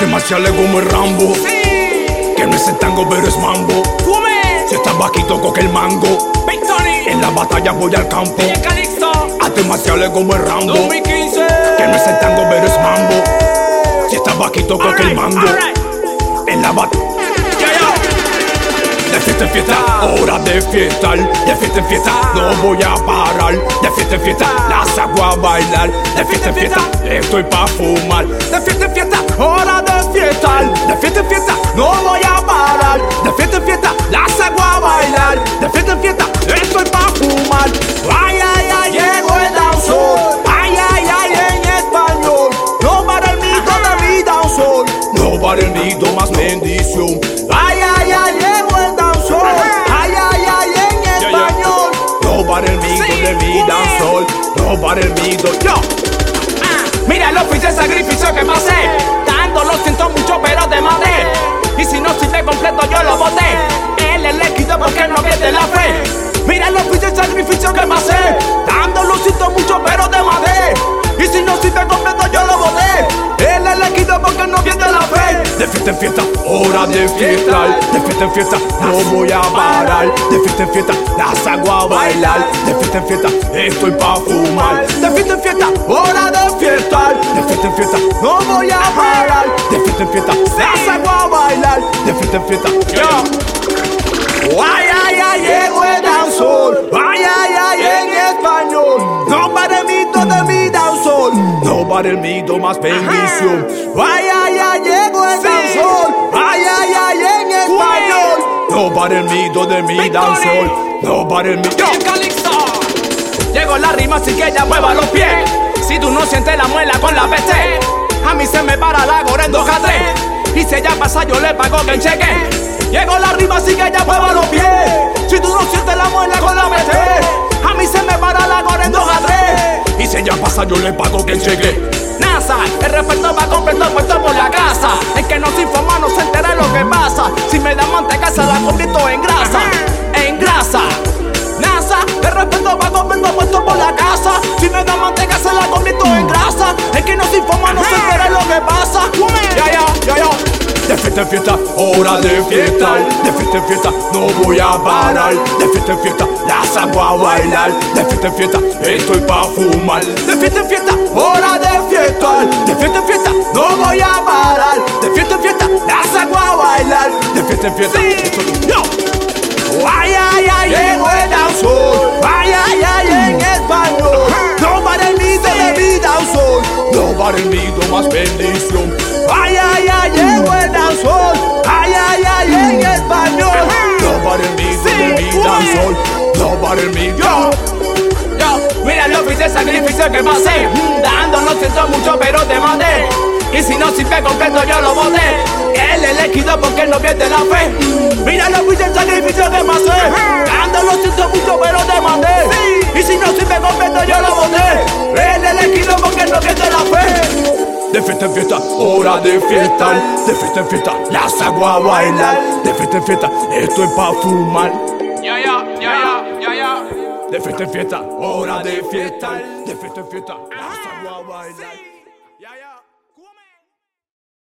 Demasiado como el Rambo. Que no es el tango, pero es mambo. Si estás bajito, coge el mango. En la batalla voy al campo. A demasiado como el Rambo. Que no es el tango, pero es mambo. Si estás bajito, coge el mango. En la batalla. De fiesta en fiesta, hora de fiesta, de fiesta en fiesta, no voy a parar. De fiesta en fiesta, las hago a bailar. De fiesta en fiesta, estoy pa' fumar. De fiesta en fiesta, hora de fiesta, de fiesta en fiesta, no voy a parar. De fiesta en fiesta, las hago a bailar. De fiesta en fiesta, estoy pa' fumar. Ay, ay, ay, llegó el danzón. Ay, ay, ay, en español. No para el mito de mi danzón. No para el mito más bendición. Ay, ay, ay, llegó el danzón. Ay, ay, ay, en español. No para el mito de mi danzón. No para el mito, yo. Mira el office, el sacrificio que pasé. Tanto lo siento mucho, pero te maté. Y si no sirve completo, yo lo boté. Él es elegido porque no pierde la fe. Mira el office, el sacrificio que pasé. Tanto lo siento mucho, pero te maté. Y si no sirve completo, yo lo boté. Él es elegido porque no pierde la fe. De fiesta en fiesta, hora de fiesta. De fiesta en fiesta, no voy a parar. De fiesta en fiesta, las hago a bailar. De fiesta en fiesta, estoy pa' fumar. De fiesta en fiesta, hora de fiesta. De fiesta en fiesta, no voy a parar. De fiesta en fiesta, las hago a bailar. De fiesta en fiesta, yo. Ay, ay, ay, llegó el danzón. Ay, ay, ay, en español. No para el mito de mi danzón. No para el mito más bendición. Ay, ay, ay, llegó el danzón. Ay, ay, ay, en español. No para el mito de mi danzón. No para el mito. El calixto. Llegó la rima, así que ya mueva los pies. Si tú no sientes la muela con la peste, a mí se me para la gorra en 2K3. Y si ella pasa, yo le pago que cheque. Llegó la rima, así que ya mueva los pies. Si tú no sientes la muela con la peste, a mí se me para la gorra en 2K3. Y si ella pasa, yo le pago que llegue. NASA, el respeto va completo puesto por la casa. El que no se informa no se entera de lo que pasa. Si me da manteca, se la convierto en grasa. En grasa. NASA, el respeto va completo puesto por la casa. Si me da manteca, se la convierto en grasa. El que no se informa no se entera de lo que pasa. Ya, ya, ya, ya. De fiesta en fiesta, hora de fiesta. De fiesta en fiesta, no voy a parar. De fiesta en fiesta, las hago a bailar. De fiesta en fiesta, estoy pa' fumar. De fiesta en fiesta, hora de fiesta. De fiesta en fiesta, no voy a parar. De fiesta en fiesta, las hago a bailar. De fiesta en fiesta, estoy yo. Ay, ay, ay, llegó el danzón. Ay, ay, ay, en español. No para el mito de mi danzón. No para el mito más bendición. Ay, ay, ay, llegó el danzón. Ay, ay, ay, en español. No para el mito de mi danzón. No para el mito. Yo, mira el office, el sacrificio que pasé. Dando no siento mucho, pero te maté. Y si no sirve completo, yo lo boté. Él es elegido porque él no pierde la fe. Mira el office, el sacrificio que pasé. Dando no siento mucho, pero te maté. Y si no sirve completo, yo lo boté. Él es elegido porque él no pierde la fe. De fiesta en fiesta, hora de fiesta. De fiesta en fiesta, las hago a bailar. De fiesta en fiesta, estoy pa' fumar. Ya, ya, ya, ya, ya, ya. De fiesta en fiesta, hora de fiesta. De fiesta en fiesta, las hago a bailar.